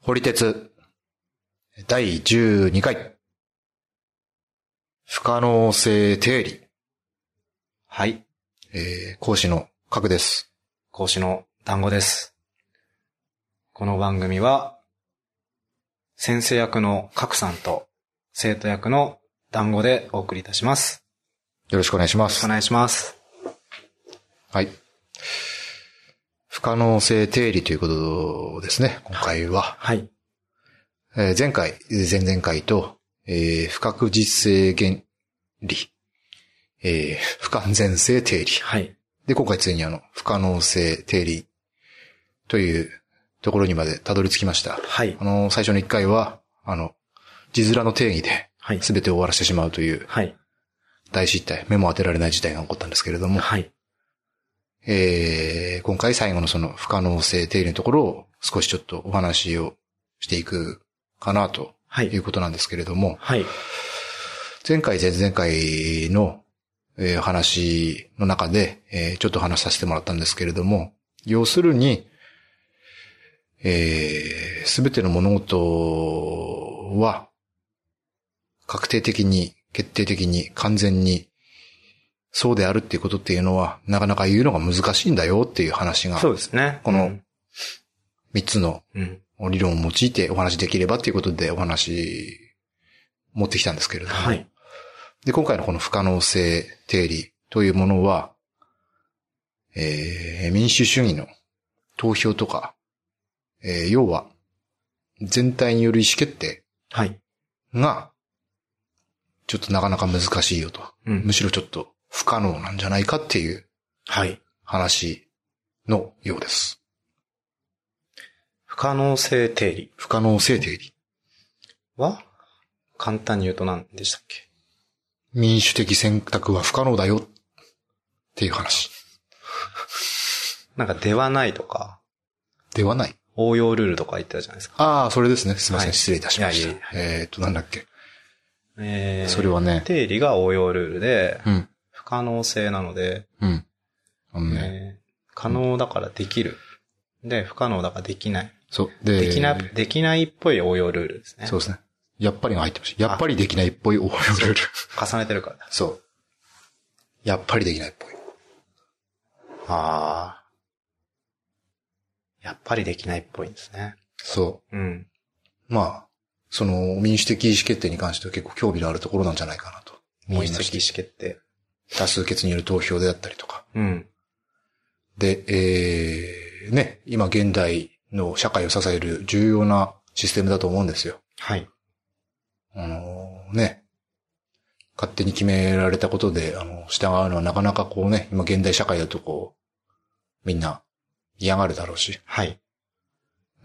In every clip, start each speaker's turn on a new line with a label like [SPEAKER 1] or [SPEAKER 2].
[SPEAKER 1] ホリテツ、第12回、不可能性定理、
[SPEAKER 2] はい。
[SPEAKER 1] えー、講師の角です。
[SPEAKER 2] 講師の単語です。この番組は、先生役の角さんと生徒役の単語でお送りいたします。
[SPEAKER 1] よろしくお願いしま
[SPEAKER 2] よろしく
[SPEAKER 1] す
[SPEAKER 2] お。願いします。
[SPEAKER 1] はい。不可能性定理ということですね、今回は。
[SPEAKER 2] はい。
[SPEAKER 1] えー前回、前々回と、えー不確実性原理、えー不完全性定理。
[SPEAKER 2] はい。
[SPEAKER 1] で、今回ついにあの、不可能性定理というところにまでたどり着きました。
[SPEAKER 2] はい
[SPEAKER 1] あ。の、最初の一回は、あの、字面の定義で
[SPEAKER 2] はい。
[SPEAKER 1] 全てを終わらせてしまうという
[SPEAKER 2] はい。
[SPEAKER 1] 大失態、目も当てられない事態が起こったんですけれども、
[SPEAKER 2] はい。
[SPEAKER 1] えー、今回最後のその不可能性定理のところを少しちょっとお話をしていくかなと
[SPEAKER 2] はいい。
[SPEAKER 1] うことなんですけれども、
[SPEAKER 2] はい。
[SPEAKER 1] 前回、前々回の、えー話の中で、えーちょっと話させてもらったんですけれども、要するに、す、え、べ、全ての物事は、確定的に、決定的に、完全に、そうであるっていうことっていうのは、なかなか言うのが難しいんだよっていう話が、
[SPEAKER 2] そうですね。
[SPEAKER 1] この
[SPEAKER 2] うん
[SPEAKER 1] 3つの
[SPEAKER 2] うん。
[SPEAKER 1] 理論を用いてお話しできればっていうことでお話、持ってきたんですけれども、
[SPEAKER 2] はい。
[SPEAKER 1] で、今回のこの不可能性定理というものは、えー、民主主義の投票とか、えー、要は、全体による意思決定
[SPEAKER 2] はい。
[SPEAKER 1] が、ちょっとなかなか難しいよと。
[SPEAKER 2] う
[SPEAKER 1] む
[SPEAKER 2] ん。
[SPEAKER 1] しろちょっと不可能なんじゃないかっていう
[SPEAKER 2] はい。
[SPEAKER 1] 話のようです。
[SPEAKER 2] 不可能性定理
[SPEAKER 1] 不可能性定理。
[SPEAKER 2] は、簡単に言うと何でしたっけ
[SPEAKER 1] 民主的選択は不可能だよっていう話
[SPEAKER 2] なんか、ではないとか、
[SPEAKER 1] ではない。
[SPEAKER 2] 応用ルールとか言ってたじゃないですか。
[SPEAKER 1] ああ、それですね。すいません。
[SPEAKER 2] はい
[SPEAKER 1] 失礼いたしました。
[SPEAKER 2] いやいや
[SPEAKER 1] えっ、と、なんだっけ。
[SPEAKER 2] えー、
[SPEAKER 1] それはね。
[SPEAKER 2] 定理が応用ルールで、
[SPEAKER 1] うん。
[SPEAKER 2] 不可能性なので、
[SPEAKER 1] うん。あのね。
[SPEAKER 2] えー可能だからできる。で、不可能だからできない。
[SPEAKER 1] そう。で、
[SPEAKER 2] できな、できないっぽい応用ルールですね。
[SPEAKER 1] そうですね。やっぱりが入ってました。やっぱりできないっぽい応用ルール。
[SPEAKER 2] 重ねてるからだ。
[SPEAKER 1] そう。やっぱりできないっぽい。
[SPEAKER 2] ああ。やっぱりできないっぽいんですね。
[SPEAKER 1] そ
[SPEAKER 2] うん。
[SPEAKER 1] う。まあ、その、民主的意思決定に関しては結構興味のあるところなんじゃないかなと思い
[SPEAKER 2] 民主
[SPEAKER 1] まし
[SPEAKER 2] 的意
[SPEAKER 1] て。
[SPEAKER 2] 思決定。
[SPEAKER 1] 多数決による投票であったりとか。
[SPEAKER 2] うん。
[SPEAKER 1] で、えー、ね、今現代の社会を支える重要なシステムだと思うんですよ。
[SPEAKER 2] はい。
[SPEAKER 1] あのね、勝手に決められたことで、あの、従うのはなかなかこうね、今現代社会だとこう、みんな嫌がるだろうし。
[SPEAKER 2] はい。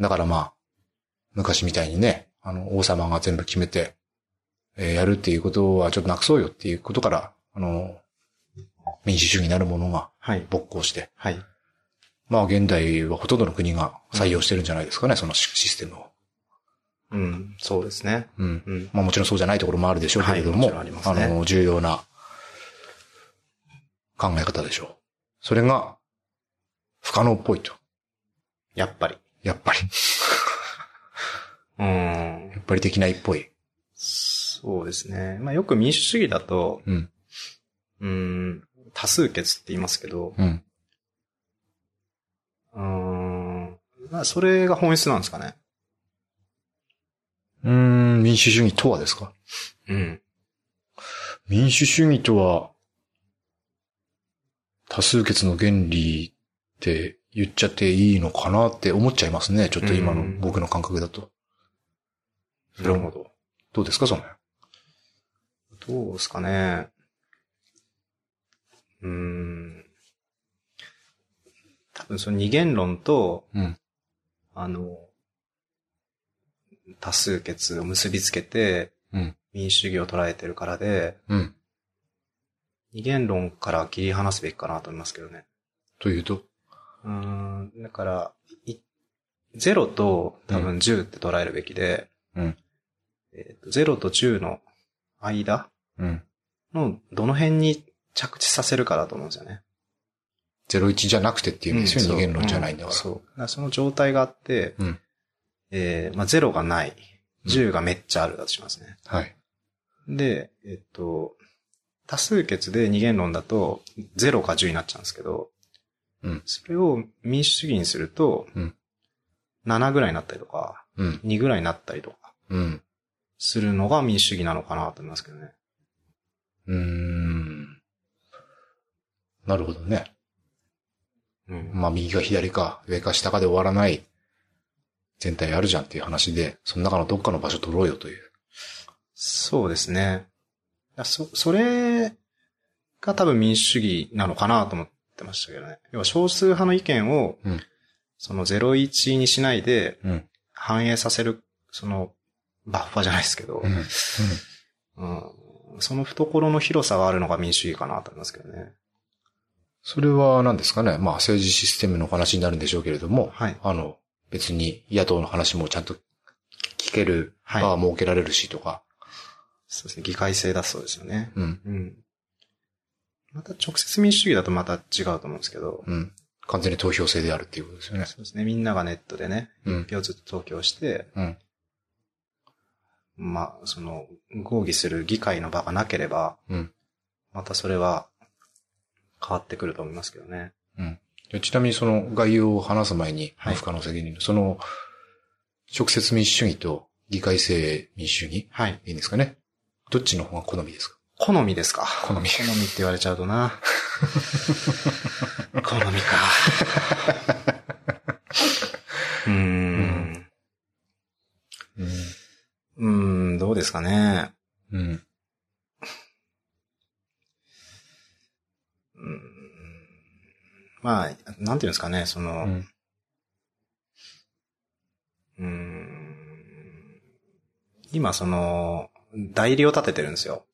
[SPEAKER 1] だからまあ、昔みたいにね、あの、王様が全部決めて、えーやるっていうことはちょっとなくそうよっていうことから、あの、民主主義なるものが
[SPEAKER 2] はい。
[SPEAKER 1] 勃興して、
[SPEAKER 2] はい。
[SPEAKER 1] まあ現代はほとんどの国が採用してるんじゃないですかね、そのシシステムを。
[SPEAKER 2] うん。そうですね。
[SPEAKER 1] うん。
[SPEAKER 2] うん。
[SPEAKER 1] まあもちろんそうじゃないところもあるでしょうけれども、
[SPEAKER 2] はいもちろんありますね
[SPEAKER 1] の、重要な考え方でしょう。それが不可能っぽいと。
[SPEAKER 2] やっぱり。
[SPEAKER 1] やっぱり。
[SPEAKER 2] うーん
[SPEAKER 1] や。っぱりできないっぽい。
[SPEAKER 2] そうですね。まあよく民主主義だと、
[SPEAKER 1] うん。
[SPEAKER 2] うーん、多数決って言いますけど、
[SPEAKER 1] うん。
[SPEAKER 2] うーん、まあそれが本質なんですかね。
[SPEAKER 1] うーん、民主主義とはですか
[SPEAKER 2] うん。
[SPEAKER 1] 民主主義とは、多数決の原理って言っちゃっていいのかなって思っちゃいますね。ちょっと今の
[SPEAKER 2] うん
[SPEAKER 1] 僕の感覚だと。
[SPEAKER 2] なるほど。
[SPEAKER 1] どうですかその辺。
[SPEAKER 2] どうですかね。うーん。多分その二元論と、
[SPEAKER 1] うん
[SPEAKER 2] あの、多数決を結びつけて、
[SPEAKER 1] うん
[SPEAKER 2] 民主主義を捉えてるからで、
[SPEAKER 1] うん。
[SPEAKER 2] 二元論から切り離すべきかなと思いますけどね。
[SPEAKER 1] というと
[SPEAKER 2] うーん、だから、い0と多分10って捉えるべきで、
[SPEAKER 1] うん
[SPEAKER 2] えっと0と10の間
[SPEAKER 1] うん。
[SPEAKER 2] のどの辺に着地させるかだと思うんですよね。
[SPEAKER 1] 01じゃなくてっていうんですよ。
[SPEAKER 2] そう
[SPEAKER 1] 二元論じゃないんだか
[SPEAKER 2] そう。だからその状態があって、
[SPEAKER 1] うん
[SPEAKER 2] えー、まあ、0がない。10がめっちゃあるだとしますね。
[SPEAKER 1] はい。
[SPEAKER 2] で、えっと、多数決で二元論だと0か10になっちゃうんですけど、
[SPEAKER 1] うん
[SPEAKER 2] それを民主主義にすると、
[SPEAKER 1] うん
[SPEAKER 2] 7ぐらいになったりとか、
[SPEAKER 1] うん。
[SPEAKER 2] 2ぐらいになったりとか、
[SPEAKER 1] うん。
[SPEAKER 2] するのが民主主義なのかなと思いますけどね。
[SPEAKER 1] うーん。なるほどね。
[SPEAKER 2] うん。
[SPEAKER 1] まあ、右か左か、上か下かで終わらない、全体あるじゃんっていう話で、その中のどっかの場所取ろうよという。
[SPEAKER 2] そうですね。だそ、それが多分民主主義なのかなと思ってましたけどね。要は少数派の意見を、
[SPEAKER 1] うん
[SPEAKER 2] その01にしないで
[SPEAKER 1] うん。
[SPEAKER 2] 反映させる、その、バッファじゃないですけど、
[SPEAKER 1] うん。
[SPEAKER 2] うんその懐の広さがあるのが民主主義かなと思いますけどね。
[SPEAKER 1] それは何ですかね。まあ、政治システムの話になるんでしょうけれども、
[SPEAKER 2] はい。
[SPEAKER 1] あの、別に野党の話もちゃんと聞ける、
[SPEAKER 2] はい
[SPEAKER 1] ああ、設けられるしとか。
[SPEAKER 2] そうですね。議会制だそうですよね。
[SPEAKER 1] うん。
[SPEAKER 2] うん。また直接民主主義だとまた違うと思うんですけど、
[SPEAKER 1] うん。完全に投票制であるっていうことですよね。
[SPEAKER 2] そうですね。みんながネットでね、
[SPEAKER 1] うん。
[SPEAKER 2] 票ずっと投票して、
[SPEAKER 1] うん。
[SPEAKER 2] まあ、その、合議する議会の場がなければ、
[SPEAKER 1] うん
[SPEAKER 2] またそれは変わってくると思いますけどね。
[SPEAKER 1] でちなみにその概要を話す前に、
[SPEAKER 2] はい
[SPEAKER 1] 不可能責任の、その、直接民主主義と議会制民主主義、
[SPEAKER 2] はい。
[SPEAKER 1] いいんですかね。どっちの方が好みですか
[SPEAKER 2] 好みですか。
[SPEAKER 1] 好み
[SPEAKER 2] 好みって言われちゃう とな。好みか。うーん。
[SPEAKER 1] うん。
[SPEAKER 2] うーん、どうですかね。
[SPEAKER 1] うん。
[SPEAKER 2] うーんまあ、なんていうんですかね、その、
[SPEAKER 1] う。
[SPEAKER 2] うんーん、今その、代理を立ててるんですよ。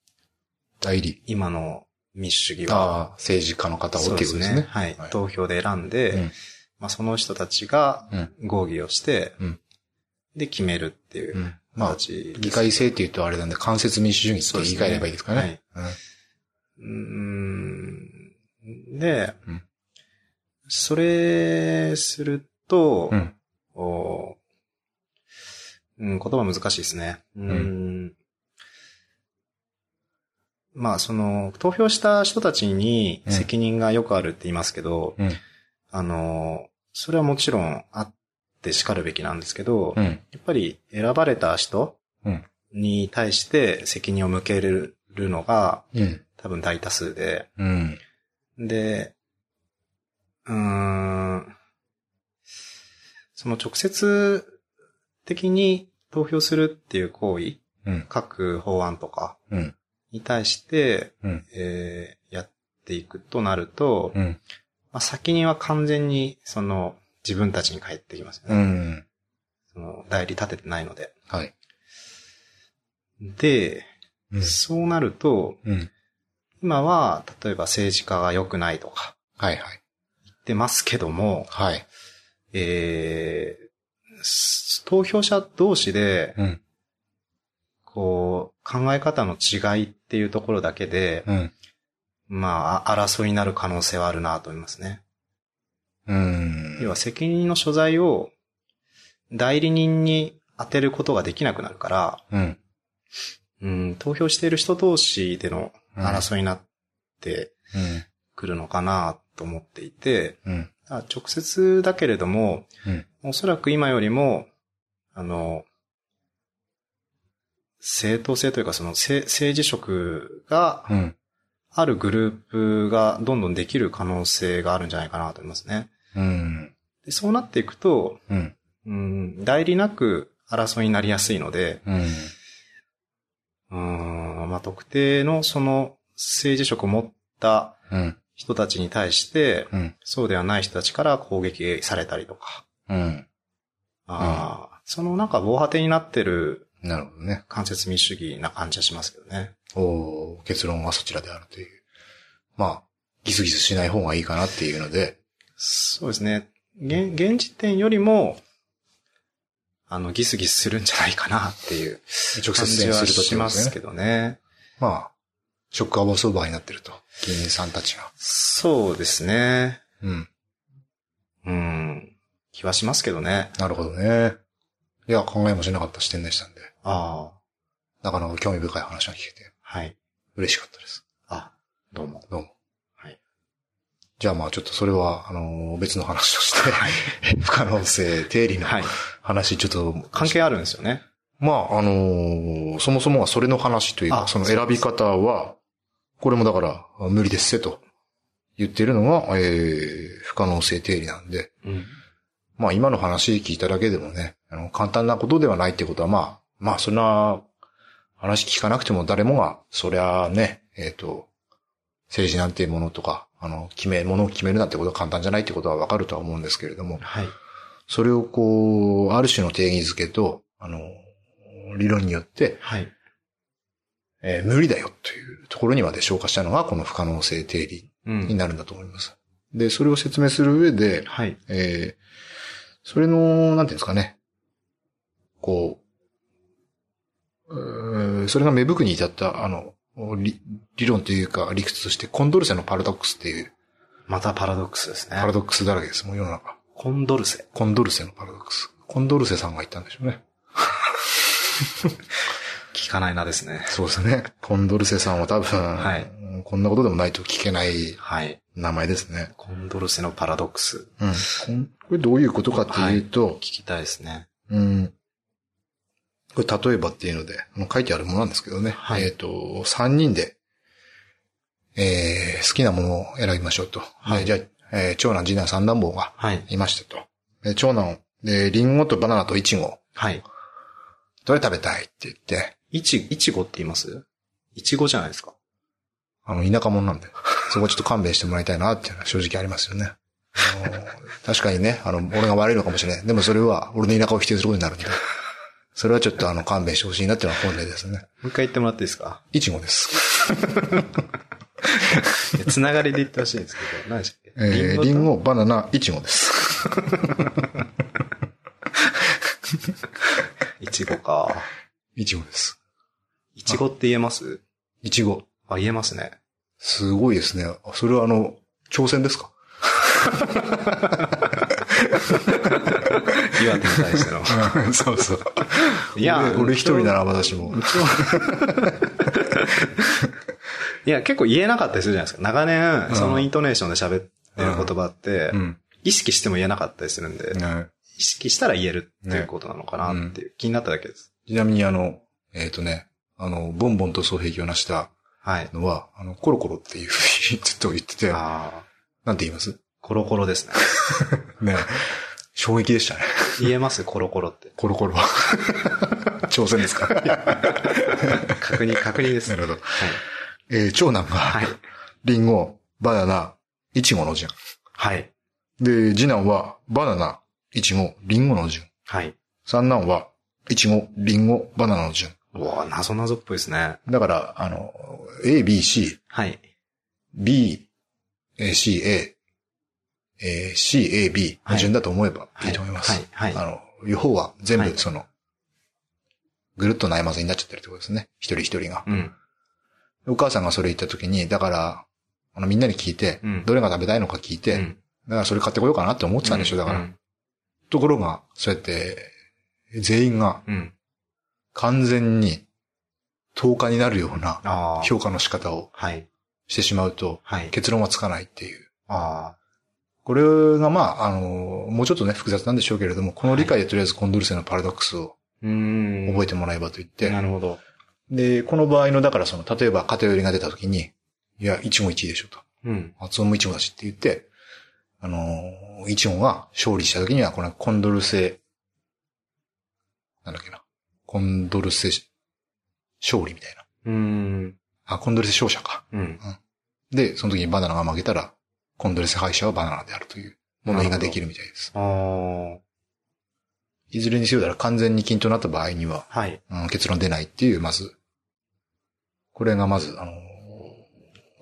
[SPEAKER 1] 代理。
[SPEAKER 2] 今の民主主義は。
[SPEAKER 1] ああ、政治家の方をっていうことですね。
[SPEAKER 2] はい
[SPEAKER 1] はい。
[SPEAKER 2] 投票で選んで、
[SPEAKER 1] うん
[SPEAKER 2] まあ、その人たちが
[SPEAKER 1] うん
[SPEAKER 2] 合議をして、
[SPEAKER 1] うん。
[SPEAKER 2] で、決めるっていううん
[SPEAKER 1] まあ、
[SPEAKER 2] 形です、
[SPEAKER 1] 議会制って言うとあれなんで、間接民主主義って言い換えればいいですかね。
[SPEAKER 2] うーん。で、
[SPEAKER 1] うん
[SPEAKER 2] それすると、
[SPEAKER 1] うん。うん。
[SPEAKER 2] おーうん、言葉難しいですね。うーん。まあ、その、投票した人たちに
[SPEAKER 1] うん
[SPEAKER 2] 責任がよくあるって言いますけど、
[SPEAKER 1] うん
[SPEAKER 2] あの、それはもちろんあって叱るべきなんですけど、
[SPEAKER 1] うん。
[SPEAKER 2] やっぱり選ばれた人
[SPEAKER 1] うん
[SPEAKER 2] に対して責任を向けるのが
[SPEAKER 1] うん。
[SPEAKER 2] 多分大多数で、
[SPEAKER 1] うん。
[SPEAKER 2] で、うーん、その直接的に投票するっていう行為、
[SPEAKER 1] うん。
[SPEAKER 2] 各法案とか
[SPEAKER 1] うん。
[SPEAKER 2] に対して、
[SPEAKER 1] うん
[SPEAKER 2] えーやっていくとなると、
[SPEAKER 1] うん。
[SPEAKER 2] まあ、責任は完全にその自分たちに返ってきますよ
[SPEAKER 1] う
[SPEAKER 2] ね。
[SPEAKER 1] ん。
[SPEAKER 2] その代理立ててないので。
[SPEAKER 1] はい。
[SPEAKER 2] で、
[SPEAKER 1] うん
[SPEAKER 2] そうなると、
[SPEAKER 1] うん。
[SPEAKER 2] 今は例えば政治家が良くないとか
[SPEAKER 1] はいはい。
[SPEAKER 2] 言ってますけども、
[SPEAKER 1] はい。
[SPEAKER 2] えーす投票者同士で、
[SPEAKER 1] うん。
[SPEAKER 2] こう、考え方の違いっていうところだけで、
[SPEAKER 1] うん。
[SPEAKER 2] まあ、あ争いになる可能性はあるなと思いますね。
[SPEAKER 1] うん。
[SPEAKER 2] 要は責任の所在を代理人に当てることができなくなるから、
[SPEAKER 1] うん。
[SPEAKER 2] うん、投票している人同士での
[SPEAKER 1] うん
[SPEAKER 2] 争いになってくるのかなと思っていて、
[SPEAKER 1] うん。うん。
[SPEAKER 2] だから直接だけれども、
[SPEAKER 1] うん
[SPEAKER 2] おそらく今よりも、あの、正当性というか、そのせ政治色が
[SPEAKER 1] うん。
[SPEAKER 2] あるグループがどんどんできる可能性があるんじゃないかなと思いますね。
[SPEAKER 1] うん。
[SPEAKER 2] でそうなっていくと、
[SPEAKER 1] うん。
[SPEAKER 2] うん、代理なく争いになりやすいので、
[SPEAKER 1] うん。
[SPEAKER 2] うんまあ、特定のその政治色を持った
[SPEAKER 1] うん。
[SPEAKER 2] 人たちに対して、
[SPEAKER 1] うん。
[SPEAKER 2] そうではない人たちから攻撃されたりとか、
[SPEAKER 1] うん。
[SPEAKER 2] ああ、そのなんか防波堤になってる
[SPEAKER 1] なるほどね。
[SPEAKER 2] 間接民主主義な感じはしますけどね。
[SPEAKER 1] おー結論はそちらであるという。まあ、ギスギスしない方がいいかなっていうので。
[SPEAKER 2] そうですね。現、現時点よりも、あの、ギスギスするんじゃないかなっていう
[SPEAKER 1] 直
[SPEAKER 2] 感
[SPEAKER 1] 接
[SPEAKER 2] じ
[SPEAKER 1] 戦
[SPEAKER 2] は
[SPEAKER 1] すると
[SPEAKER 2] しますけ
[SPEAKER 1] ど。
[SPEAKER 2] どね。
[SPEAKER 1] まあ、ショックアボソーバーになってると。議員さんたちが。
[SPEAKER 2] そうですね。
[SPEAKER 1] うん。
[SPEAKER 2] うん。気はしますけどね。
[SPEAKER 1] なるほどね。いや、考えもしなかった視点でしたんで、
[SPEAKER 2] ああ、
[SPEAKER 1] なかなか興味深い話が聞けて、
[SPEAKER 2] はい。
[SPEAKER 1] 嬉しかったです。
[SPEAKER 2] あ、どうも。
[SPEAKER 1] どうも。
[SPEAKER 2] はい。
[SPEAKER 1] じゃあまあちょっとそれは、あの、別の話として、 不可能性、定理の
[SPEAKER 2] はい。
[SPEAKER 1] 話、ちょっと、
[SPEAKER 2] 関係あるんですよね。
[SPEAKER 1] まあ、あのーそもそもがそれの話というか、
[SPEAKER 2] あ
[SPEAKER 1] その選び方は、これもだから、あ無理ですせと言ってるのが、えー不可能性定理なんで、
[SPEAKER 2] うん。
[SPEAKER 1] まあ今の話聞いただけでもね、あの簡単なことではないってことは、まあ、まあそんな話聞かなくても誰もが、そりゃあね、えっ、と、政治なんていうものとか、あの、決め、ものを決めるなんてことは簡単じゃないってことはわかるとは思うんですけれども、
[SPEAKER 2] はい。
[SPEAKER 1] それをこう、ある種の定義づけと、あの、理論によって、
[SPEAKER 2] はい。
[SPEAKER 1] えー無理だよというところにまで消化したのが、この不可能性定理
[SPEAKER 2] う
[SPEAKER 1] に
[SPEAKER 2] ん。
[SPEAKER 1] なるんだと思います。で、それを説明する上で、
[SPEAKER 2] はい。
[SPEAKER 1] えーそれの、なんていうんですかね、こう、うーそれが芽吹くに至った、あの、理理論というか理屈として、コンドルセのパラドックスっていう
[SPEAKER 2] またパラドックスですね。
[SPEAKER 1] パラドックスだらけです、もう世の中。
[SPEAKER 2] コンドルセ。
[SPEAKER 1] コンドルセのパラドックス。コンドルセさんが言ったんでしょうね。
[SPEAKER 2] 聞かないなですね。
[SPEAKER 1] そうですね。コンドルセさんは多分、
[SPEAKER 2] はい
[SPEAKER 1] こんなことでもないと聞けない
[SPEAKER 2] はい。
[SPEAKER 1] 名前ですね。
[SPEAKER 2] コンドルセのパラドックス。
[SPEAKER 1] うん。これどういうことかっていうと、
[SPEAKER 2] 聞きたいですね。
[SPEAKER 1] うん。これ例えばっていうので、あの書いてあるものなんですけどね。
[SPEAKER 2] はい
[SPEAKER 1] えっ、と、三人で、えー、好きなものを選びましょうと。
[SPEAKER 2] は
[SPEAKER 1] で
[SPEAKER 2] い
[SPEAKER 1] じゃあ、えー長男、次男、三男坊が
[SPEAKER 2] はい。
[SPEAKER 1] いましたと。で長男、で、リンゴとバナナとイチゴ、
[SPEAKER 2] はい。
[SPEAKER 1] どれ食べたいって言って、
[SPEAKER 2] いち、いちごって言いますいちごじゃないですか。
[SPEAKER 1] あの、田舎者なんで、そこちょっと勘弁してもらいたいなっていうのは正直ありますよね。あの確かにね、あの、俺が悪いのかもしれない。でもそれは、俺の田舎を否定することになるんで。それはちょっとあの、勘弁してほしいなっていうのは本音ですね。
[SPEAKER 2] もう一回言ってもらっていいですか
[SPEAKER 1] イチゴです。
[SPEAKER 2] いやつながりで言ってほしいんですけど、何 でしたっけ
[SPEAKER 1] えー、
[SPEAKER 2] と
[SPEAKER 1] リンゴ、バナナ、イチゴです。
[SPEAKER 2] いちごか。
[SPEAKER 1] イチゴです。
[SPEAKER 2] いちごって言えます
[SPEAKER 1] イチゴ。
[SPEAKER 2] あ、言えますね。
[SPEAKER 1] すごいですね。それはあの、挑戦ですか
[SPEAKER 2] 岩手に対して の。
[SPEAKER 1] そうそう。
[SPEAKER 2] いや
[SPEAKER 1] 俺俺一人ならまだしも。
[SPEAKER 2] いや、結構言えなかったりするじゃないですか。長年、
[SPEAKER 1] うん
[SPEAKER 2] そのイントネーションで喋ってる言葉って、
[SPEAKER 1] うん。
[SPEAKER 2] 意識しても言えなかったりするんで、
[SPEAKER 1] ね
[SPEAKER 2] 意識したら言えるっていうことなのかなっていう、気になっただけです。
[SPEAKER 1] ちなみにあの、えっ、とね、あの、ボンボンと双璧を成した
[SPEAKER 2] はい。
[SPEAKER 1] のは、あの、コロコロっていうふうに ずっと言ってて、な
[SPEAKER 2] ああ、
[SPEAKER 1] んて言います
[SPEAKER 2] コロコロですね。
[SPEAKER 1] ね衝撃でしたね。
[SPEAKER 2] 言えますコロコロ って。
[SPEAKER 1] コロコロは。挑戦ですか
[SPEAKER 2] 確認、確認です。
[SPEAKER 1] なるほど。
[SPEAKER 2] はい。
[SPEAKER 1] えー、長男が、
[SPEAKER 2] はい。
[SPEAKER 1] リンゴ、バナナ、イチゴの順。
[SPEAKER 2] はい。
[SPEAKER 1] で、次男は、バナナ、イチゴ、リンゴの順。
[SPEAKER 2] はい。
[SPEAKER 1] 三男は、イチゴ、リンゴ、バナナの順。
[SPEAKER 2] うわなぞなぞっぽいですね。
[SPEAKER 1] だから、あの、A, B, C,
[SPEAKER 2] はい。
[SPEAKER 1] B, A, C, A, えー C, A, B の順だと思えば
[SPEAKER 2] はい
[SPEAKER 1] いいと思います。
[SPEAKER 2] はいはい
[SPEAKER 1] あの、予報は全
[SPEAKER 2] は
[SPEAKER 1] 部、
[SPEAKER 2] い
[SPEAKER 1] その、ぐるっと悩まずになっちゃってるってことですね。一人一人が。
[SPEAKER 2] うん。
[SPEAKER 1] お母さんがそれ言った時に、だから、あの、みんなに聞いて、
[SPEAKER 2] うん
[SPEAKER 1] どれが食べたいのか聞いて、
[SPEAKER 2] うん
[SPEAKER 1] だからそれ買ってこようかなって思ってたんでしょ、だから。
[SPEAKER 2] うん。
[SPEAKER 1] ところが、そうやって、全員が
[SPEAKER 2] うん。
[SPEAKER 1] 完全に10日になるような
[SPEAKER 2] ああ。
[SPEAKER 1] 評価の仕方を
[SPEAKER 2] はい。
[SPEAKER 1] してしまうと、
[SPEAKER 2] はい。
[SPEAKER 1] 結論はつかないっていう。
[SPEAKER 2] あ
[SPEAKER 1] これが、まあ、あの、もうちょっとね、複雑なんでしょうけれども、この理解でとりあえずコンドルセのパラドックスを
[SPEAKER 2] あ。うーん。
[SPEAKER 1] 覚えてもらえばと言って、
[SPEAKER 2] なるほど。
[SPEAKER 1] で、この場合の、だからその、例えば偏りが出た時に、いや、一問一でしょと。
[SPEAKER 2] うん。
[SPEAKER 1] 発音も一問だしって言って、あの、一問が勝利した時には、このコンドルセ、なんだっけな、コンドルセ勝利みたいな。
[SPEAKER 2] うーん。
[SPEAKER 1] あ、コンドルセ勝者か。
[SPEAKER 2] うん。
[SPEAKER 1] で、その時にバナナが負けたら、コンドルセ敗者はバナナであるという物言いができるみたいです。
[SPEAKER 2] ああ。
[SPEAKER 1] いずれにせよだから完全に均等になった場合には、
[SPEAKER 2] はい。
[SPEAKER 1] うん結論出ないっていう、まず、これがまず、あの、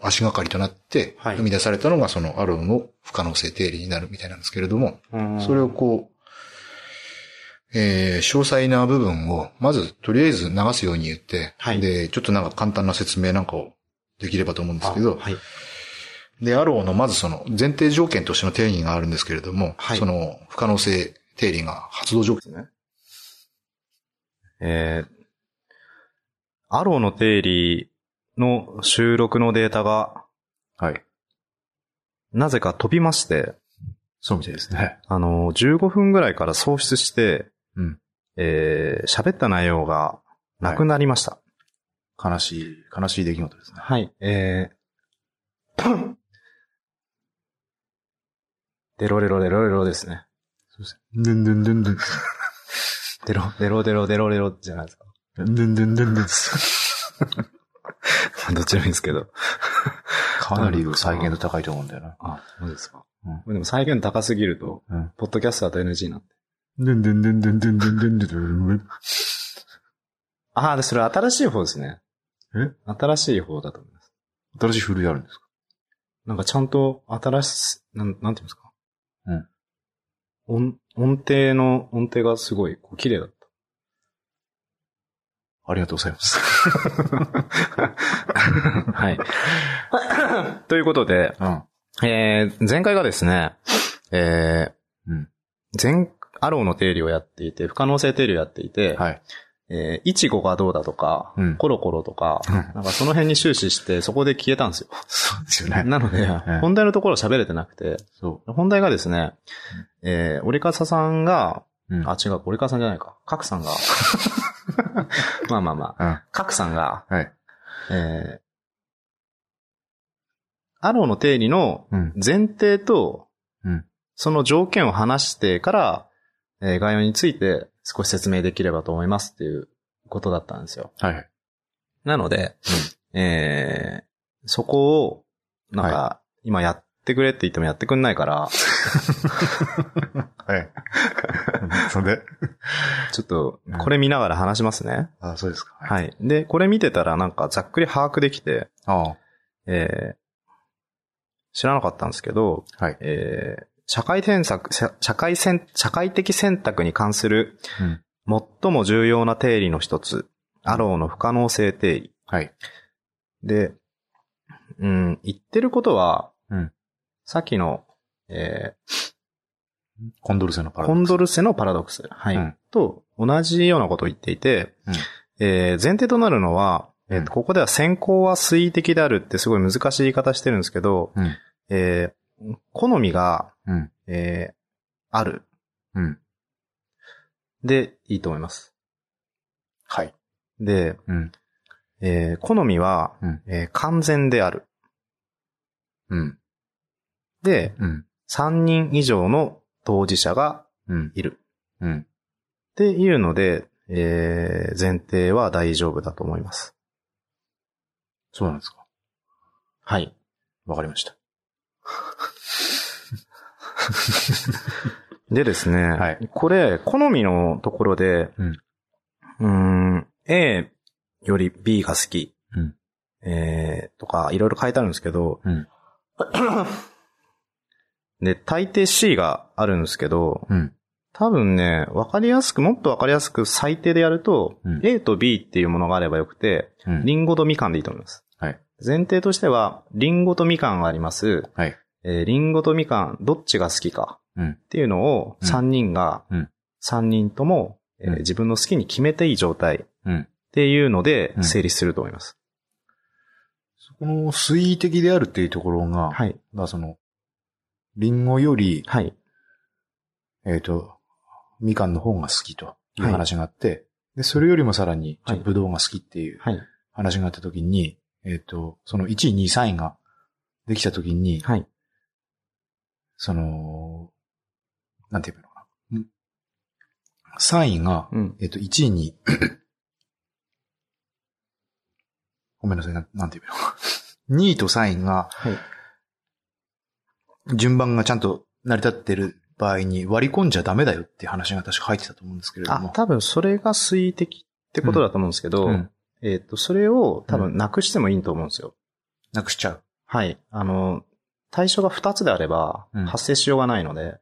[SPEAKER 1] 足がかりとなって、
[SPEAKER 2] はい
[SPEAKER 1] 生み出されたのがそのアローの不可能性定理になるみたいなんですけれども、
[SPEAKER 2] うーん
[SPEAKER 1] それをこう、えー詳細な部分を、まず、とりあえず流すように言って、
[SPEAKER 2] はい
[SPEAKER 1] で、ちょっとなんか簡単な説明なんかをできればと思うんですけ
[SPEAKER 2] あ
[SPEAKER 1] ど、
[SPEAKER 2] はい。
[SPEAKER 1] で、アローのまずその前提条件としての定義があるんですけれども、
[SPEAKER 2] はい
[SPEAKER 1] その不可能性定理が発動条件
[SPEAKER 2] ね。えー、アローの定理の収録のデータが、
[SPEAKER 1] はい。
[SPEAKER 2] なぜか飛びまして、
[SPEAKER 1] そうみたいですね。
[SPEAKER 2] あの、15分ぐらいから喪失して、
[SPEAKER 1] うん。
[SPEAKER 2] えー、喋った内容がなくなりました。
[SPEAKER 1] 悲しい、悲しい出来事ですね。
[SPEAKER 2] はい、えー、 デロレロレロレロですね。
[SPEAKER 1] ドゥンドゥンドゥンドゥン。
[SPEAKER 2] デロ、デロデロデロデロじゃないですか。
[SPEAKER 1] ドゥンドゥンドゥンドゥンドゥン。
[SPEAKER 2] まあどっちでもいいんですけど。
[SPEAKER 1] かなり再現度高いと思うんだよな。
[SPEAKER 2] あ、そうですか。
[SPEAKER 1] う
[SPEAKER 2] でも再現高すぎると、
[SPEAKER 1] うん
[SPEAKER 2] ポッドキャストだと NG なんで。
[SPEAKER 1] ドゥンドゥンドゥンドゥンドゥンドゥンドゥンドゥンドゥン。
[SPEAKER 2] ああ、でそれ新しい方ですね。
[SPEAKER 1] え
[SPEAKER 2] 新しい方だと思います。
[SPEAKER 1] 新しいフルやるんですか
[SPEAKER 2] なんかちゃんと新しい、なん、なんていうんですか。
[SPEAKER 1] うん
[SPEAKER 2] 音、音程の、音程がすごい、こう、綺麗だった。
[SPEAKER 1] ありがとうございます。
[SPEAKER 2] はい。ということで、
[SPEAKER 1] うん。
[SPEAKER 2] えー、前回がですね、えー、
[SPEAKER 1] うん。
[SPEAKER 2] 前、アローの定理をやっていて、不可能性定理をやっていて、
[SPEAKER 1] はい。
[SPEAKER 2] えー、イチゴがどうだとか、
[SPEAKER 1] うん
[SPEAKER 2] コロコロとか、
[SPEAKER 1] うん
[SPEAKER 2] なんかその辺に終始して、そこで消えたんですよ。
[SPEAKER 1] そうですよね。
[SPEAKER 2] なので
[SPEAKER 1] ええ、
[SPEAKER 2] 本題のところ喋れてなくて、
[SPEAKER 1] そ
[SPEAKER 2] 本題がですね、えー、折笠さんが、
[SPEAKER 1] う。うん。
[SPEAKER 2] あ、違う、折笠さんじゃないか。角さんが、 まあまあまあ、
[SPEAKER 1] うん。
[SPEAKER 2] 角さんが、
[SPEAKER 1] はい。
[SPEAKER 2] えー、アローの定理の
[SPEAKER 1] うん。
[SPEAKER 2] 前提と、
[SPEAKER 1] うん
[SPEAKER 2] その条件を話してから、えー概要について少し説明できればと思いますっていうことだったんですよ。
[SPEAKER 1] はい。
[SPEAKER 2] なので、えーそこを、なんか、今やってくれって言ってもやってくんないから、
[SPEAKER 1] はい。そんで
[SPEAKER 2] ちょっと、これ見ながら話しますね。
[SPEAKER 1] あ、そうですか。い。
[SPEAKER 2] はい。で、これ見てたらなんかざっくり把握できて、
[SPEAKER 1] あ
[SPEAKER 2] えー知らなかったんですけど、
[SPEAKER 1] あ。はい。
[SPEAKER 2] えー社会転作、社社会選、社会的選択に関する
[SPEAKER 1] うん。
[SPEAKER 2] 最も重要な定理の一つ、アローの不可能性定理。
[SPEAKER 1] はい。
[SPEAKER 2] で、うん、言ってることは、
[SPEAKER 1] うん
[SPEAKER 2] さっきの、え
[SPEAKER 1] コンドルセのパ
[SPEAKER 2] ー
[SPEAKER 1] ラ
[SPEAKER 2] コ
[SPEAKER 1] ダイ
[SPEAKER 2] ン
[SPEAKER 1] ス
[SPEAKER 2] ドルセのパラドックス、はい
[SPEAKER 1] うん
[SPEAKER 2] と同じようなことを言っていて、
[SPEAKER 1] うん
[SPEAKER 2] えー前提となるのは、えー
[SPEAKER 1] うん
[SPEAKER 2] ここでは先行は推移的であるってすごい難しい言い方してるんですけど、
[SPEAKER 1] うん。
[SPEAKER 2] えー好みが、
[SPEAKER 1] うん。
[SPEAKER 2] えーある
[SPEAKER 1] うん。
[SPEAKER 2] でいいと思います。
[SPEAKER 1] はい。
[SPEAKER 2] で、
[SPEAKER 1] うん。
[SPEAKER 2] えー好みは、
[SPEAKER 1] うん
[SPEAKER 2] えー完全である。
[SPEAKER 1] うん。
[SPEAKER 2] で、
[SPEAKER 1] うん。
[SPEAKER 2] 3人以上の当事者が
[SPEAKER 1] うん。
[SPEAKER 2] いる。
[SPEAKER 1] うん。
[SPEAKER 2] っていうので、えー、前提は大丈夫だと思います。
[SPEAKER 1] そうなんですか。
[SPEAKER 2] はい。
[SPEAKER 1] わかりま した。
[SPEAKER 2] でですね、
[SPEAKER 1] はい
[SPEAKER 2] これ、好みのところで、うん、ん、A より B が好き、
[SPEAKER 1] うん
[SPEAKER 2] えー、とか、いろいろ書いてあるんですけど、
[SPEAKER 1] うん
[SPEAKER 2] で、大抵 C があるんですけど、
[SPEAKER 1] うん。
[SPEAKER 2] 多分ね、わかりやすく、もっとわかりやすく最低でやると、
[SPEAKER 1] うん
[SPEAKER 2] A と B っていうものがあればよくて、
[SPEAKER 1] うん。
[SPEAKER 2] リンゴとみかんでいいと思います。
[SPEAKER 1] はい。
[SPEAKER 2] 前提としては、リンゴとみかんがあります。
[SPEAKER 1] はい。
[SPEAKER 2] えーリンゴとみかん、どっちが好きか
[SPEAKER 1] うん。
[SPEAKER 2] っていうのを
[SPEAKER 1] うん
[SPEAKER 2] 3人が
[SPEAKER 1] うん、
[SPEAKER 2] 3人とも、えー
[SPEAKER 1] うん
[SPEAKER 2] 自分の好きに決めていい状態っ
[SPEAKER 1] うん。
[SPEAKER 2] ていうので
[SPEAKER 1] うん
[SPEAKER 2] 整理すると思います。
[SPEAKER 1] そこの水位的であるっていうところが、だか
[SPEAKER 2] はい。
[SPEAKER 1] らその、リンゴより、
[SPEAKER 2] はい。
[SPEAKER 1] えっ、と、みかんの方が好きという
[SPEAKER 2] はい
[SPEAKER 1] 話があって、で、それよりもさらに、
[SPEAKER 2] はい
[SPEAKER 1] ぶどうが好きっていう
[SPEAKER 2] はい。
[SPEAKER 1] 話があったときに、えっ、と、その1位、2位、3位ができたときに、
[SPEAKER 2] はい。
[SPEAKER 1] その、なんて言えばいいのかな。ん3位が、
[SPEAKER 2] うん。
[SPEAKER 1] えっ、と、1位に、 ごめんなさい、なんなんて言えばいいのか。2位と3位が、
[SPEAKER 2] はい。
[SPEAKER 1] 順番がちゃんと成り立ってる場合に割り込んじゃダメだよっていう話が確か入ってたと思うんですけれど
[SPEAKER 2] あ、
[SPEAKER 1] も。
[SPEAKER 2] 多分それが推移的ってことだと思うんですけど、
[SPEAKER 1] うん
[SPEAKER 2] えっ、と、それを多分なくしてもいいと思うんですよ。
[SPEAKER 1] なくしちゃう。
[SPEAKER 2] はい。あの、対象が2つであれば
[SPEAKER 1] うん
[SPEAKER 2] 発生しようがないので、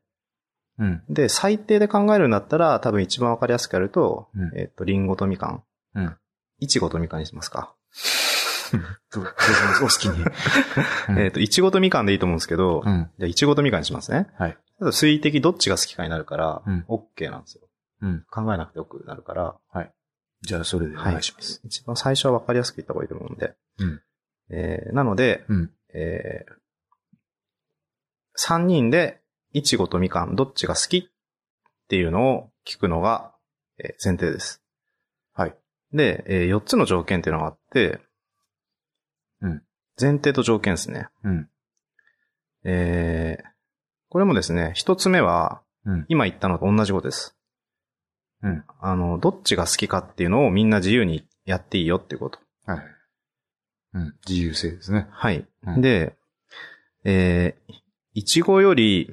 [SPEAKER 1] うん。
[SPEAKER 2] で、最低で考えるんだったら、多分一番わかりやすくやると、
[SPEAKER 1] うん
[SPEAKER 2] えっ、と、リンゴとみかん。
[SPEAKER 1] うん。
[SPEAKER 2] いちごとみかんにしますか。
[SPEAKER 1] どうどうしますお好き に。うん
[SPEAKER 2] えっ、と、いちごとみかんでいいと思うんですけど、
[SPEAKER 1] うん。
[SPEAKER 2] じゃあいちごとみかんにしますね。
[SPEAKER 1] はい。
[SPEAKER 2] ただ、水滴どっちが好きかになるから、
[SPEAKER 1] うん
[SPEAKER 2] オッ OK なんですよ。
[SPEAKER 1] うん。
[SPEAKER 2] 考えなくてよくなるから、
[SPEAKER 1] はい。じゃあ、それでお願いします。
[SPEAKER 2] 一番最初は分かりやすく言った方がいいと思うんで。
[SPEAKER 1] うん
[SPEAKER 2] えーなので、
[SPEAKER 1] うん
[SPEAKER 2] え3人で、いちごとみかん、どっちが好きっていうのを聞くのが、えー前提です。
[SPEAKER 1] はい。
[SPEAKER 2] で、え4つの条件っていうのがあって、
[SPEAKER 1] うん
[SPEAKER 2] 前提と条件ですね。
[SPEAKER 1] うん。
[SPEAKER 2] えーこれもですね、一つ目は、
[SPEAKER 1] うん
[SPEAKER 2] 今言ったのと同じことです。
[SPEAKER 1] うん。
[SPEAKER 2] あの、どっちが好きかっていうのをみんな自由にやっていいよっていうこと。
[SPEAKER 1] はい。うん。自由性ですね。
[SPEAKER 2] はい。
[SPEAKER 1] うん
[SPEAKER 2] で、えー、いちごより、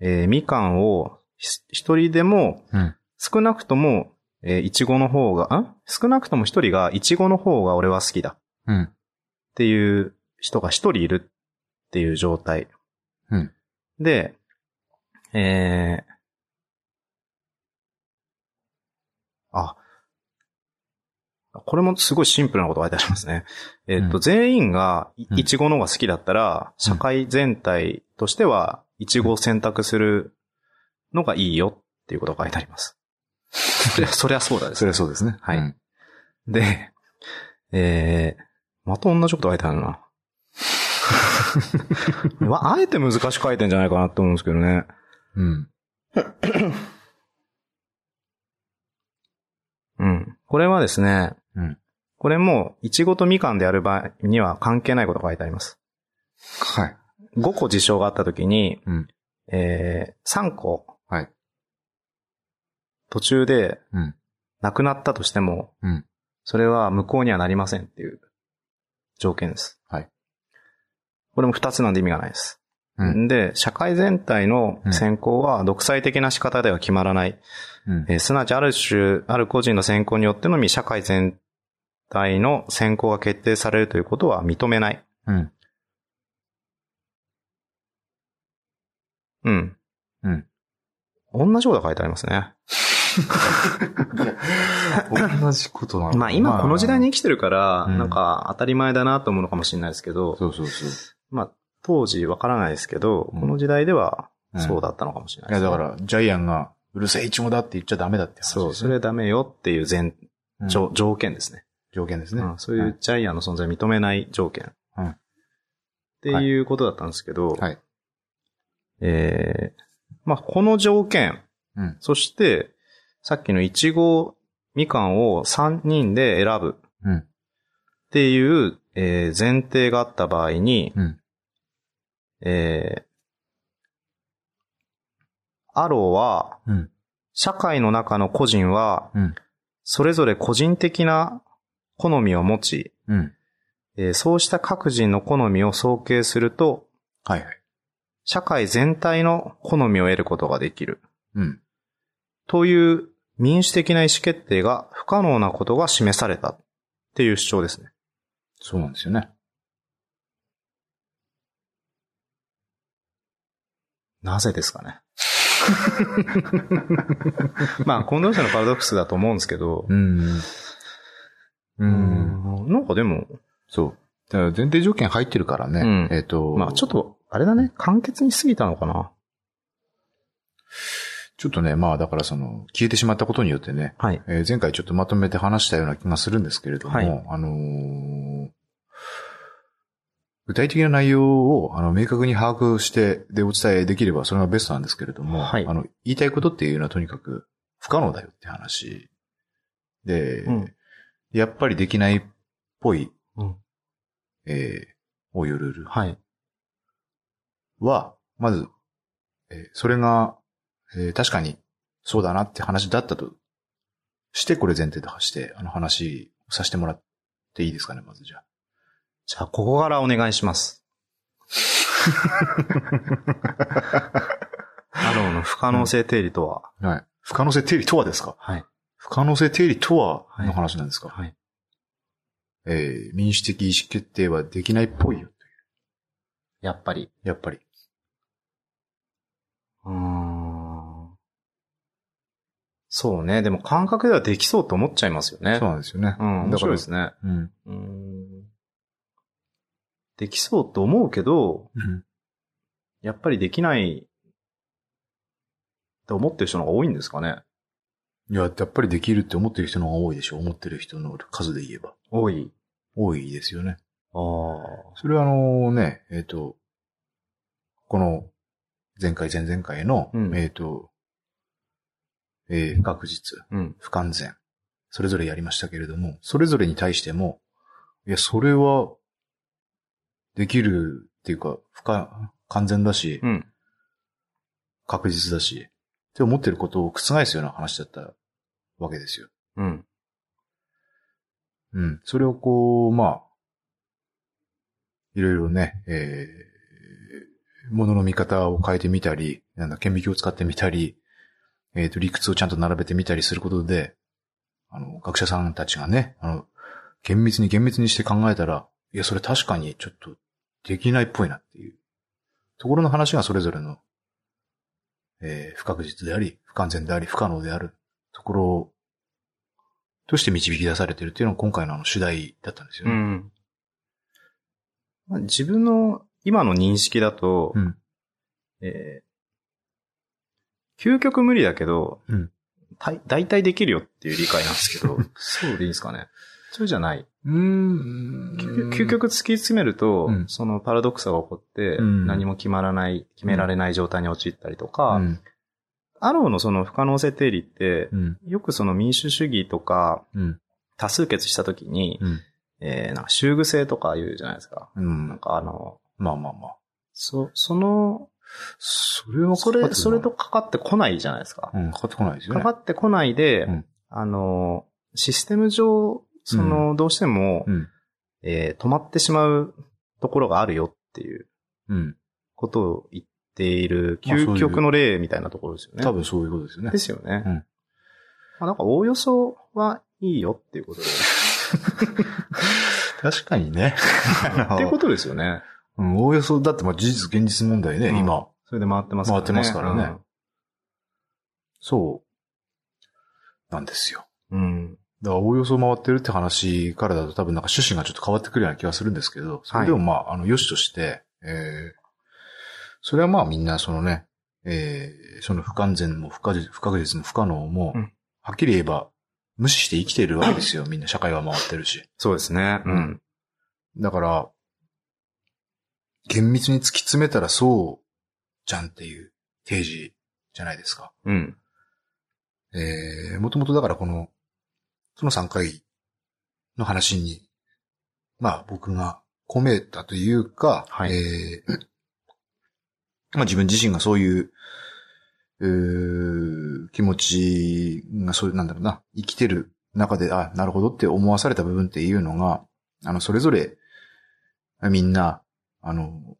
[SPEAKER 2] えーみかんをひ一人でも、
[SPEAKER 1] うん
[SPEAKER 2] 少なくとも、えーいちごの方が、ん少なくとも一人が、いちごの方が俺は好きだっ
[SPEAKER 1] うん。
[SPEAKER 2] ていう人が一人いるっていう状態。
[SPEAKER 1] うん
[SPEAKER 2] で、えー、あ、これもすごいシンプルなことが書いてありますね。えっ、と、
[SPEAKER 1] うん
[SPEAKER 2] 全員がい
[SPEAKER 1] うん
[SPEAKER 2] いちごの方が好きだったら、社会全体としてはいちごを選択するのがいいよっていうことが書いてあり ます。そりゃ、そりゃそうだです
[SPEAKER 1] それはそうですね。
[SPEAKER 2] はい
[SPEAKER 1] うん
[SPEAKER 2] で、えー、また同じこと書いてあ るな。わあえて難しく書いてんじゃないかなって思うんですけどね。
[SPEAKER 1] うん。
[SPEAKER 2] うん。これはですね、
[SPEAKER 1] うん
[SPEAKER 2] これも、いちごとみかんでやる場合には関係ないことが書いてあります。
[SPEAKER 1] はい。
[SPEAKER 2] 5個事象があったときに、
[SPEAKER 1] うん
[SPEAKER 2] えー、3個、
[SPEAKER 1] はい
[SPEAKER 2] 途中で
[SPEAKER 1] うん。
[SPEAKER 2] なくなったとしても、
[SPEAKER 1] うん
[SPEAKER 2] それは無効にはなりませんっていう条件です。
[SPEAKER 1] はい。
[SPEAKER 2] これも2つなんで意味がないです。
[SPEAKER 1] うん。
[SPEAKER 2] で、社会全体の選考は独裁的な仕方では決まらない。
[SPEAKER 1] うん。
[SPEAKER 2] えーすなわちある種、ある個人の選考によってのみ社会全体の選考が決定されるということは認めない。
[SPEAKER 1] うん。
[SPEAKER 2] うん。
[SPEAKER 1] うん。
[SPEAKER 2] 同じことが書いてありますね。
[SPEAKER 1] 同じことなのかな
[SPEAKER 2] まあ今この時代に。生きてるから、
[SPEAKER 1] うん
[SPEAKER 2] なんか当たり前だなと思うのかもしれないですけど、
[SPEAKER 1] そうそうそう。
[SPEAKER 2] まあ当時わからないですけど、
[SPEAKER 1] うん
[SPEAKER 2] この時代では
[SPEAKER 1] うん
[SPEAKER 2] そうだったのかもしれない
[SPEAKER 1] い
[SPEAKER 2] で
[SPEAKER 1] や、
[SPEAKER 2] すね、
[SPEAKER 1] だから、ジャイアンが、うるせえ、イチゴだって言っちゃダメだって話
[SPEAKER 2] そう、
[SPEAKER 1] です
[SPEAKER 2] そ
[SPEAKER 1] ね
[SPEAKER 2] れはダメよっていう前、
[SPEAKER 1] うん
[SPEAKER 2] 条条件ですね。
[SPEAKER 1] 条件ですね。
[SPEAKER 2] うんそういうジャイアンの存在を認めない条件。
[SPEAKER 1] うん
[SPEAKER 2] っていうことだったんですけど、
[SPEAKER 1] はい。
[SPEAKER 2] えーまあ、この条件、
[SPEAKER 1] うん
[SPEAKER 2] そして、さっきのいちご、みかんを3人で選ぶっ
[SPEAKER 1] うん。
[SPEAKER 2] ていう、えー前提があった場合に、
[SPEAKER 1] うん
[SPEAKER 2] えーアローは、
[SPEAKER 1] うん。
[SPEAKER 2] 社会の中の個人は、
[SPEAKER 1] うん
[SPEAKER 2] それぞれ個人的な好みを持ち、
[SPEAKER 1] うん。
[SPEAKER 2] えーそうした各人の好みを尊敬すると、
[SPEAKER 1] はいはい。
[SPEAKER 2] 社会全体の好みを得ることができる。
[SPEAKER 1] うん。
[SPEAKER 2] という民主的な意思決定が不可能なことが示されたっていう主張ですね。
[SPEAKER 1] そうなんですよね。
[SPEAKER 2] なぜです かね。まあ、近藤者のパラドックスだと思うんですけど、
[SPEAKER 1] うん。う。
[SPEAKER 2] うんんなんかでも、
[SPEAKER 1] そう。だから前提条件入ってるからね。
[SPEAKER 2] うん
[SPEAKER 1] えっと、
[SPEAKER 2] まあちょっと、あれだね、簡潔に過ぎたのかな。
[SPEAKER 1] ちょっとね、まあだからその、消えてしまったことによってね、
[SPEAKER 2] はい。
[SPEAKER 1] えー前回ちょっとまとめて話したような気がするんですけれども、
[SPEAKER 2] はい
[SPEAKER 1] あのー具体的な内容をあの明確に把握して、で、お伝えできればそれがベストなんですけれども、
[SPEAKER 2] はい
[SPEAKER 1] あの、言いたいことっていうのはとにかく不可能だよって話。で、
[SPEAKER 2] うん
[SPEAKER 1] やっぱりできないっぽい、
[SPEAKER 2] うん
[SPEAKER 1] えー、応用ルール
[SPEAKER 2] はい。
[SPEAKER 1] は、まず、えーそれが、えー確かに、そうだなって話だったとして、これ前提として、あの話をさせてもらっていいですかね、まずじゃあ。
[SPEAKER 2] じゃあ、ここからお願いします。アローの不可能性定理とは、
[SPEAKER 1] はい。不可能性定理とはですか
[SPEAKER 2] はい。
[SPEAKER 1] 不可能性定理とは
[SPEAKER 2] はい
[SPEAKER 1] の話なんですか、
[SPEAKER 2] はい。
[SPEAKER 1] えー民主的意思決定はできないっぽいよ。
[SPEAKER 2] やっぱり。
[SPEAKER 1] やっぱり。
[SPEAKER 2] うーんそうね。でも感覚ではできそうと思っちゃいますよね。
[SPEAKER 1] そうなんですよね。
[SPEAKER 2] うん、面
[SPEAKER 1] だか
[SPEAKER 2] 白い
[SPEAKER 1] ら
[SPEAKER 2] で、すね。
[SPEAKER 1] うん。
[SPEAKER 2] うーんできそうと思うけど、やっぱりできないと思ってる人の方が多いんですかね。
[SPEAKER 1] いや、やっぱりできるって思ってる人の方が多いでしょ思ってる人の数で言えば。
[SPEAKER 2] 多い。
[SPEAKER 1] 多いですよね。
[SPEAKER 2] あ
[SPEAKER 1] それはあのね、えっ、と、この、前回、前々回の、
[SPEAKER 2] うん
[SPEAKER 1] えっ、と、えー確実、
[SPEAKER 2] あ。うん。
[SPEAKER 1] 不完全、それぞれやりましたけれども、それぞれに対しても、いや、それは、できるっていうか、不完完全だし、
[SPEAKER 2] うん。
[SPEAKER 1] 確実だし、って思ってることを覆すような話だったわけですよ。
[SPEAKER 2] うん。
[SPEAKER 1] うん。それをこう、まあ、いろいろね、えー、ものの見方を変えてみたり、なんだ、顕微鏡を使ってみたり、えっ、と、理屈をちゃんと並べてみたりすることで、あの、学者さんたちがね、あの、厳密に厳密にして考えたら、いや、それ確かにちょっとできないっぽいなっていう、ところの話がそれぞれの、えー、不確実であり、不完全であり、不可能であるところをとして導き出されてるっていうのが今回のあの主題だったんですよ
[SPEAKER 2] う
[SPEAKER 1] ね。
[SPEAKER 2] ん。まあ自分の今の認識だと、
[SPEAKER 1] うん
[SPEAKER 2] えー究極無理だけど、
[SPEAKER 1] うん
[SPEAKER 2] たい大体できるよっていう理解なんです けど、そうでいいんですかね。そうじゃない。
[SPEAKER 1] うーん
[SPEAKER 2] 究究極突き詰めると、
[SPEAKER 1] うん
[SPEAKER 2] そのパラドックスが起こって、
[SPEAKER 1] うん
[SPEAKER 2] 何も決まらない、決められない状態に陥ったりとか、
[SPEAKER 1] うん
[SPEAKER 2] アローのその不可能性定理って
[SPEAKER 1] う、ん。
[SPEAKER 2] よくその民主主義とか
[SPEAKER 1] うん。
[SPEAKER 2] 多数決した時に、
[SPEAKER 1] うん
[SPEAKER 2] えーなんか修具性とか言うじゃないですか。
[SPEAKER 1] う
[SPEAKER 2] なん
[SPEAKER 1] ん。
[SPEAKER 2] かあの、
[SPEAKER 1] まあまあまあ。
[SPEAKER 2] そ、その、
[SPEAKER 1] それは
[SPEAKER 2] それ、それと、かかってこないじゃないですか
[SPEAKER 1] う。ん、かかってこないですよ
[SPEAKER 2] か
[SPEAKER 1] ね。
[SPEAKER 2] かってこないで、
[SPEAKER 1] うん
[SPEAKER 2] あの、システム上、その、どうしても、
[SPEAKER 1] うん。
[SPEAKER 2] えー止まってしまうところがあるよっていう
[SPEAKER 1] うん。
[SPEAKER 2] ことを言っている、
[SPEAKER 1] まあそうい
[SPEAKER 2] 究
[SPEAKER 1] う
[SPEAKER 2] 極の例みたいなところですよね。
[SPEAKER 1] 多分そういうことですよね
[SPEAKER 2] で。すよね。
[SPEAKER 1] うん
[SPEAKER 2] まあなんか、おおよそはいいよっていうことで。
[SPEAKER 1] 確かに ね。
[SPEAKER 2] っていうことですよね。
[SPEAKER 1] うん、おおよそ、だってまあ事実現実問題ね、
[SPEAKER 2] うん
[SPEAKER 1] 今。
[SPEAKER 2] それで回ってますから
[SPEAKER 1] 回
[SPEAKER 2] ね。
[SPEAKER 1] ってますからねそう。なんですよ。
[SPEAKER 2] うん。うん。
[SPEAKER 1] だからおおよそ回ってるって話からだと多分なんか趣旨がちょっと変わってくるような気がするんですけど、それでもまあ、あの、良しとして、えー、それはまあみんなそのね、えー、その不完全も不可不確実も不可能も、
[SPEAKER 2] うん
[SPEAKER 1] はっきり言えば無視して生きてるわけです よ。みんな社会は回ってるし。
[SPEAKER 2] そうですね。うん。
[SPEAKER 1] だから、厳密に突き詰めたらそうじゃんっていう提示じゃないですか。
[SPEAKER 2] うん。
[SPEAKER 1] えー、もともとだからこの、その3回の話に、まあ僕が込めたというか、
[SPEAKER 2] はい
[SPEAKER 1] えー、まあ自分自身がそういう、うー気持ちがそういう、なんだろうな、生きてる中で、あ、なるほどって思わされた部分っていうのが、あの、それぞれ、みんな、あの、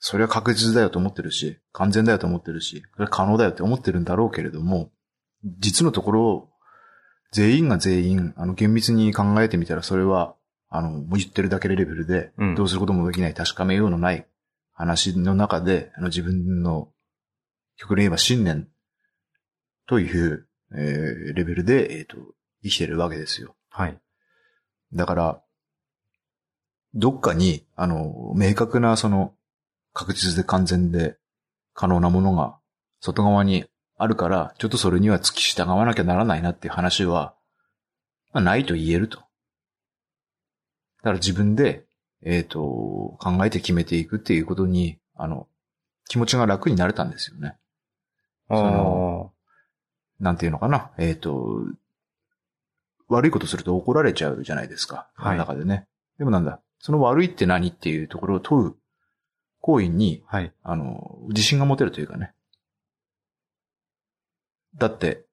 [SPEAKER 1] それは確実だよと思ってるし、完全だよと思ってるし、それは可能だよって思ってるんだろうけれども、実のところ、全員が全員、あの、厳密に考えてみたら、それは、あの、もう言ってるだけレベルで
[SPEAKER 2] うん、
[SPEAKER 1] どうすることもできない、確かめようのない話の中で、あの、自分の、極論言えば信念という、えーレベルで、えっ、と、生きてるわけですよ。
[SPEAKER 2] はい。
[SPEAKER 1] だから、どっかに、あの、明確な、その、確実で完全で可能なものが外側にあるから、ちょっとそれには付き従わなきゃならないなっていう話は、まあ、ないと言えると。だから自分で、えっ、と、考えて決めていくっていうことに、あの、気持ちが楽になれたんですよね。
[SPEAKER 2] あ
[SPEAKER 1] のなんていうのかな、えっ、と、悪いことすると怒られちゃうじゃないですか。
[SPEAKER 2] はい
[SPEAKER 1] 世の中でね。でもなんだ、その悪いって何っていうところを問う行為に、
[SPEAKER 2] ーはい。
[SPEAKER 1] あの、自信が持てるというかね。だって、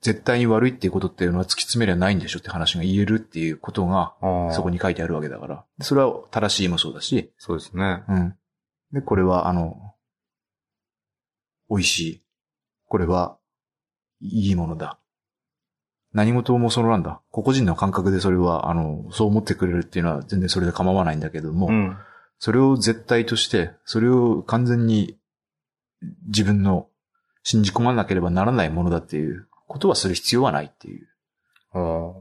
[SPEAKER 1] 絶対に悪いっていうことっていうのは突き詰めりゃないんでしょって話が言えるっていうことが、そこ
[SPEAKER 2] に。
[SPEAKER 1] に書いてあるわけだから。それは正しいもそうだし、
[SPEAKER 2] そうですね。
[SPEAKER 1] うん。で、これは、あの、美味しい。これは、いいものだ。何事もそのなんだ。個々人の感覚でそれは、あの、そう思ってくれるっていうのは全然それで構わないんだけども、
[SPEAKER 2] うん。
[SPEAKER 1] それを絶対として、それを完全に自分の信じ込まなければならないものだっていうことはする必要はないっていう
[SPEAKER 2] あー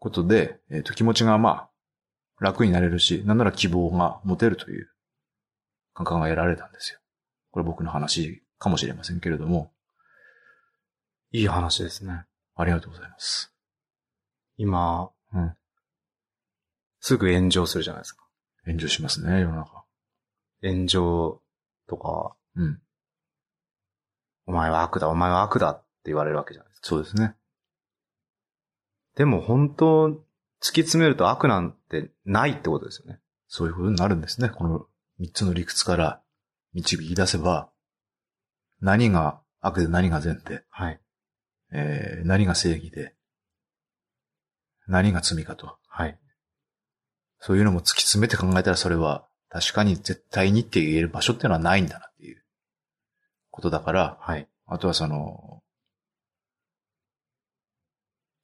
[SPEAKER 1] ことで、えっ、と、気持ちがまあ、楽になれるし、なんなら希望が持てるという感覚が得られたんですよ。これ僕の話かもしれませんけれども、
[SPEAKER 2] いい話ですね。
[SPEAKER 1] ありがとうございます。
[SPEAKER 2] 今、
[SPEAKER 1] うん
[SPEAKER 2] すぐ炎上するじゃないですか。
[SPEAKER 1] 炎上しますね、世の中。
[SPEAKER 2] 炎上とか、
[SPEAKER 1] うん。
[SPEAKER 2] お前は悪だ、お前は悪だって言われるわけじゃないですか。
[SPEAKER 1] そうですね。
[SPEAKER 2] でも本当、突き詰めると悪なんてないってことですよね。
[SPEAKER 1] そういうことになるんですね。この3つの理屈から導き出せば、何が悪で何が善で、
[SPEAKER 2] はい。
[SPEAKER 1] えー、何が正義で、何が罪かと。
[SPEAKER 2] はい。
[SPEAKER 1] そういうのも突き詰めて考えたらそれは、確かに絶対にって言える場所っていうのはないんだなっていうことだから、
[SPEAKER 2] はい。
[SPEAKER 1] あとはその、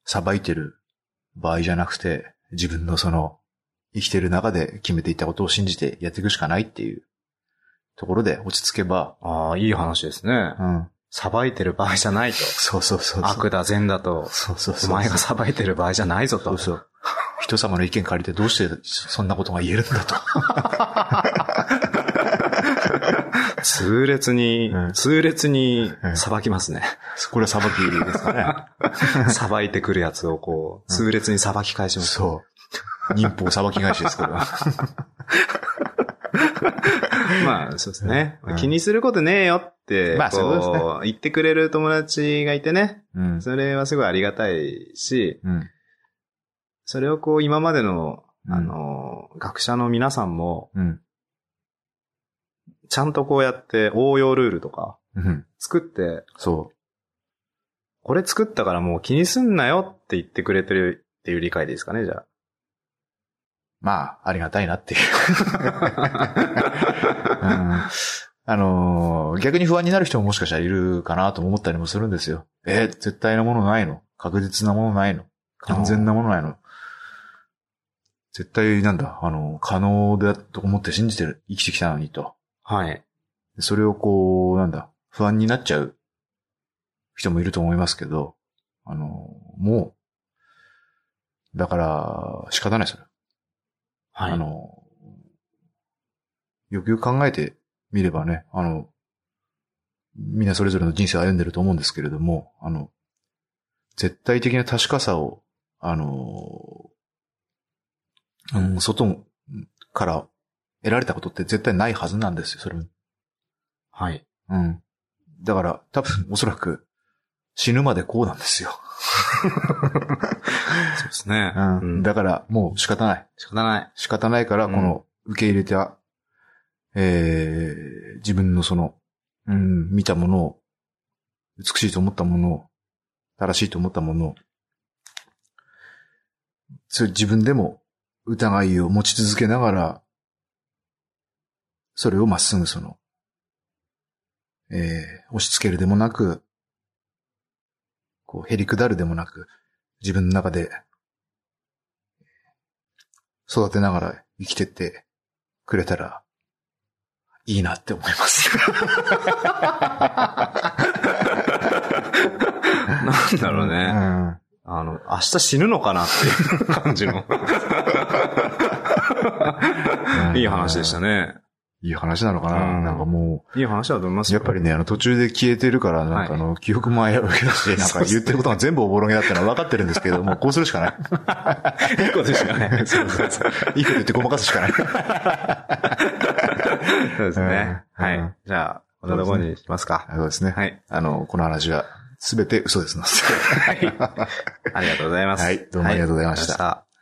[SPEAKER 1] さばいてる場合じゃなくて、自分のその、生きてる中で決めていったことを信じてやっていくしかないっていうところで落ち着けば、
[SPEAKER 2] ああ、いい話ですね
[SPEAKER 1] う。ん。
[SPEAKER 2] さばいてる場合じゃないと。
[SPEAKER 1] そうそうそうそう。
[SPEAKER 2] 悪だ、善だと。
[SPEAKER 1] そうそう
[SPEAKER 2] お
[SPEAKER 1] そう。
[SPEAKER 2] 前がさばいてる場合じゃないぞ
[SPEAKER 1] そ
[SPEAKER 2] と
[SPEAKER 1] う。そう。人様の意見借りてどうしてそんなことが言えるんだと。
[SPEAKER 2] 痛烈に、
[SPEAKER 1] うん
[SPEAKER 2] 痛烈に
[SPEAKER 1] うん
[SPEAKER 2] さばきますね。
[SPEAKER 1] これは裁きですかね。
[SPEAKER 2] さばいてくるやつをこう、痛烈にさばき返します。
[SPEAKER 1] そう。忍法裁き返しです から。
[SPEAKER 2] まあ、そうですね。
[SPEAKER 1] うん
[SPEAKER 2] 気にすることねえよって、
[SPEAKER 1] まあそういうことです
[SPEAKER 2] こう言ってくれる友達がいてね、
[SPEAKER 1] うん。
[SPEAKER 2] それはすごいありがたいし、
[SPEAKER 1] うん。
[SPEAKER 2] それをこう今までの、
[SPEAKER 1] うん
[SPEAKER 2] あの、学者の皆さんも、
[SPEAKER 1] うん。
[SPEAKER 2] ちゃんとこうやって応用ルールとか
[SPEAKER 1] うん。
[SPEAKER 2] 作って、
[SPEAKER 1] そ
[SPEAKER 2] これ作ったからもう気にすんなよって言ってくれてるっていう理解でいいですかね、じゃあ。
[SPEAKER 1] う。まあ、ありがたいなっていう。うんあのー逆に不安になる人ももしかしたらいるかなとも思ったりもするんですよ。えー絶対なものないの確実なものないの完全なものないの絶対なんだ、あの、可能だと思って信じてる、生きてきたのにと。
[SPEAKER 2] はい。
[SPEAKER 1] それをこう、なんだ、不安になっちゃう人もいると思いますけど、あの、もう、だから、仕方ないですよ。
[SPEAKER 2] はい。
[SPEAKER 1] あの、よくよく考えてみればね、あの、みんなそれぞれの人生を歩んでると思うんですけれども、あの、絶対的な確かさを、あの、うん、外から得られたことって絶対ないはずなんですよ、それも
[SPEAKER 2] はい。
[SPEAKER 1] うん。だから、多分、おそらく、死ぬまでこうなんですよ。
[SPEAKER 2] そうですね。
[SPEAKER 1] うん。だから、もう仕方ない。
[SPEAKER 2] 仕方ない。
[SPEAKER 1] 仕方ないから、
[SPEAKER 2] うん
[SPEAKER 1] この、受け入れた、えー、自分のその、うん、見たものを、美しいと思ったものを、正しいと思ったものを、そう自分でも疑いを持ち続けながら、それをまっすぐその、えー、押し付けるでもなく、こう、へりくだるでもなく、自分の中で、育てながら生きてってくれたら、いいなって思います。
[SPEAKER 2] なんだろうね。
[SPEAKER 1] うん
[SPEAKER 2] あの、明日死ぬのかなっていう感じの。いい話でしたね。
[SPEAKER 1] いい話なのかな、
[SPEAKER 2] うん
[SPEAKER 1] なんかも
[SPEAKER 2] いい話だと思います
[SPEAKER 1] う、
[SPEAKER 2] よ
[SPEAKER 1] やっぱりね、あの途中で消えてるから、なんかあの、記憶も危 うくだし、なんか言ってることが全部おぼろげだったのは分かってるんですけど、もうこうするしかない。
[SPEAKER 2] いいことしか ない。 そうそうそう
[SPEAKER 1] いいこと言ってごまかすしか ない。
[SPEAKER 2] そうですね。
[SPEAKER 1] うん
[SPEAKER 2] は
[SPEAKER 1] う
[SPEAKER 2] い
[SPEAKER 1] ん。
[SPEAKER 2] じゃあ、こんなところにしますか。
[SPEAKER 1] そうですね。
[SPEAKER 2] はい。
[SPEAKER 1] あの、この話は、すべて嘘ですので。
[SPEAKER 2] ありがとうございます。
[SPEAKER 1] はいどうもありがとうございました
[SPEAKER 2] ありがとうございました。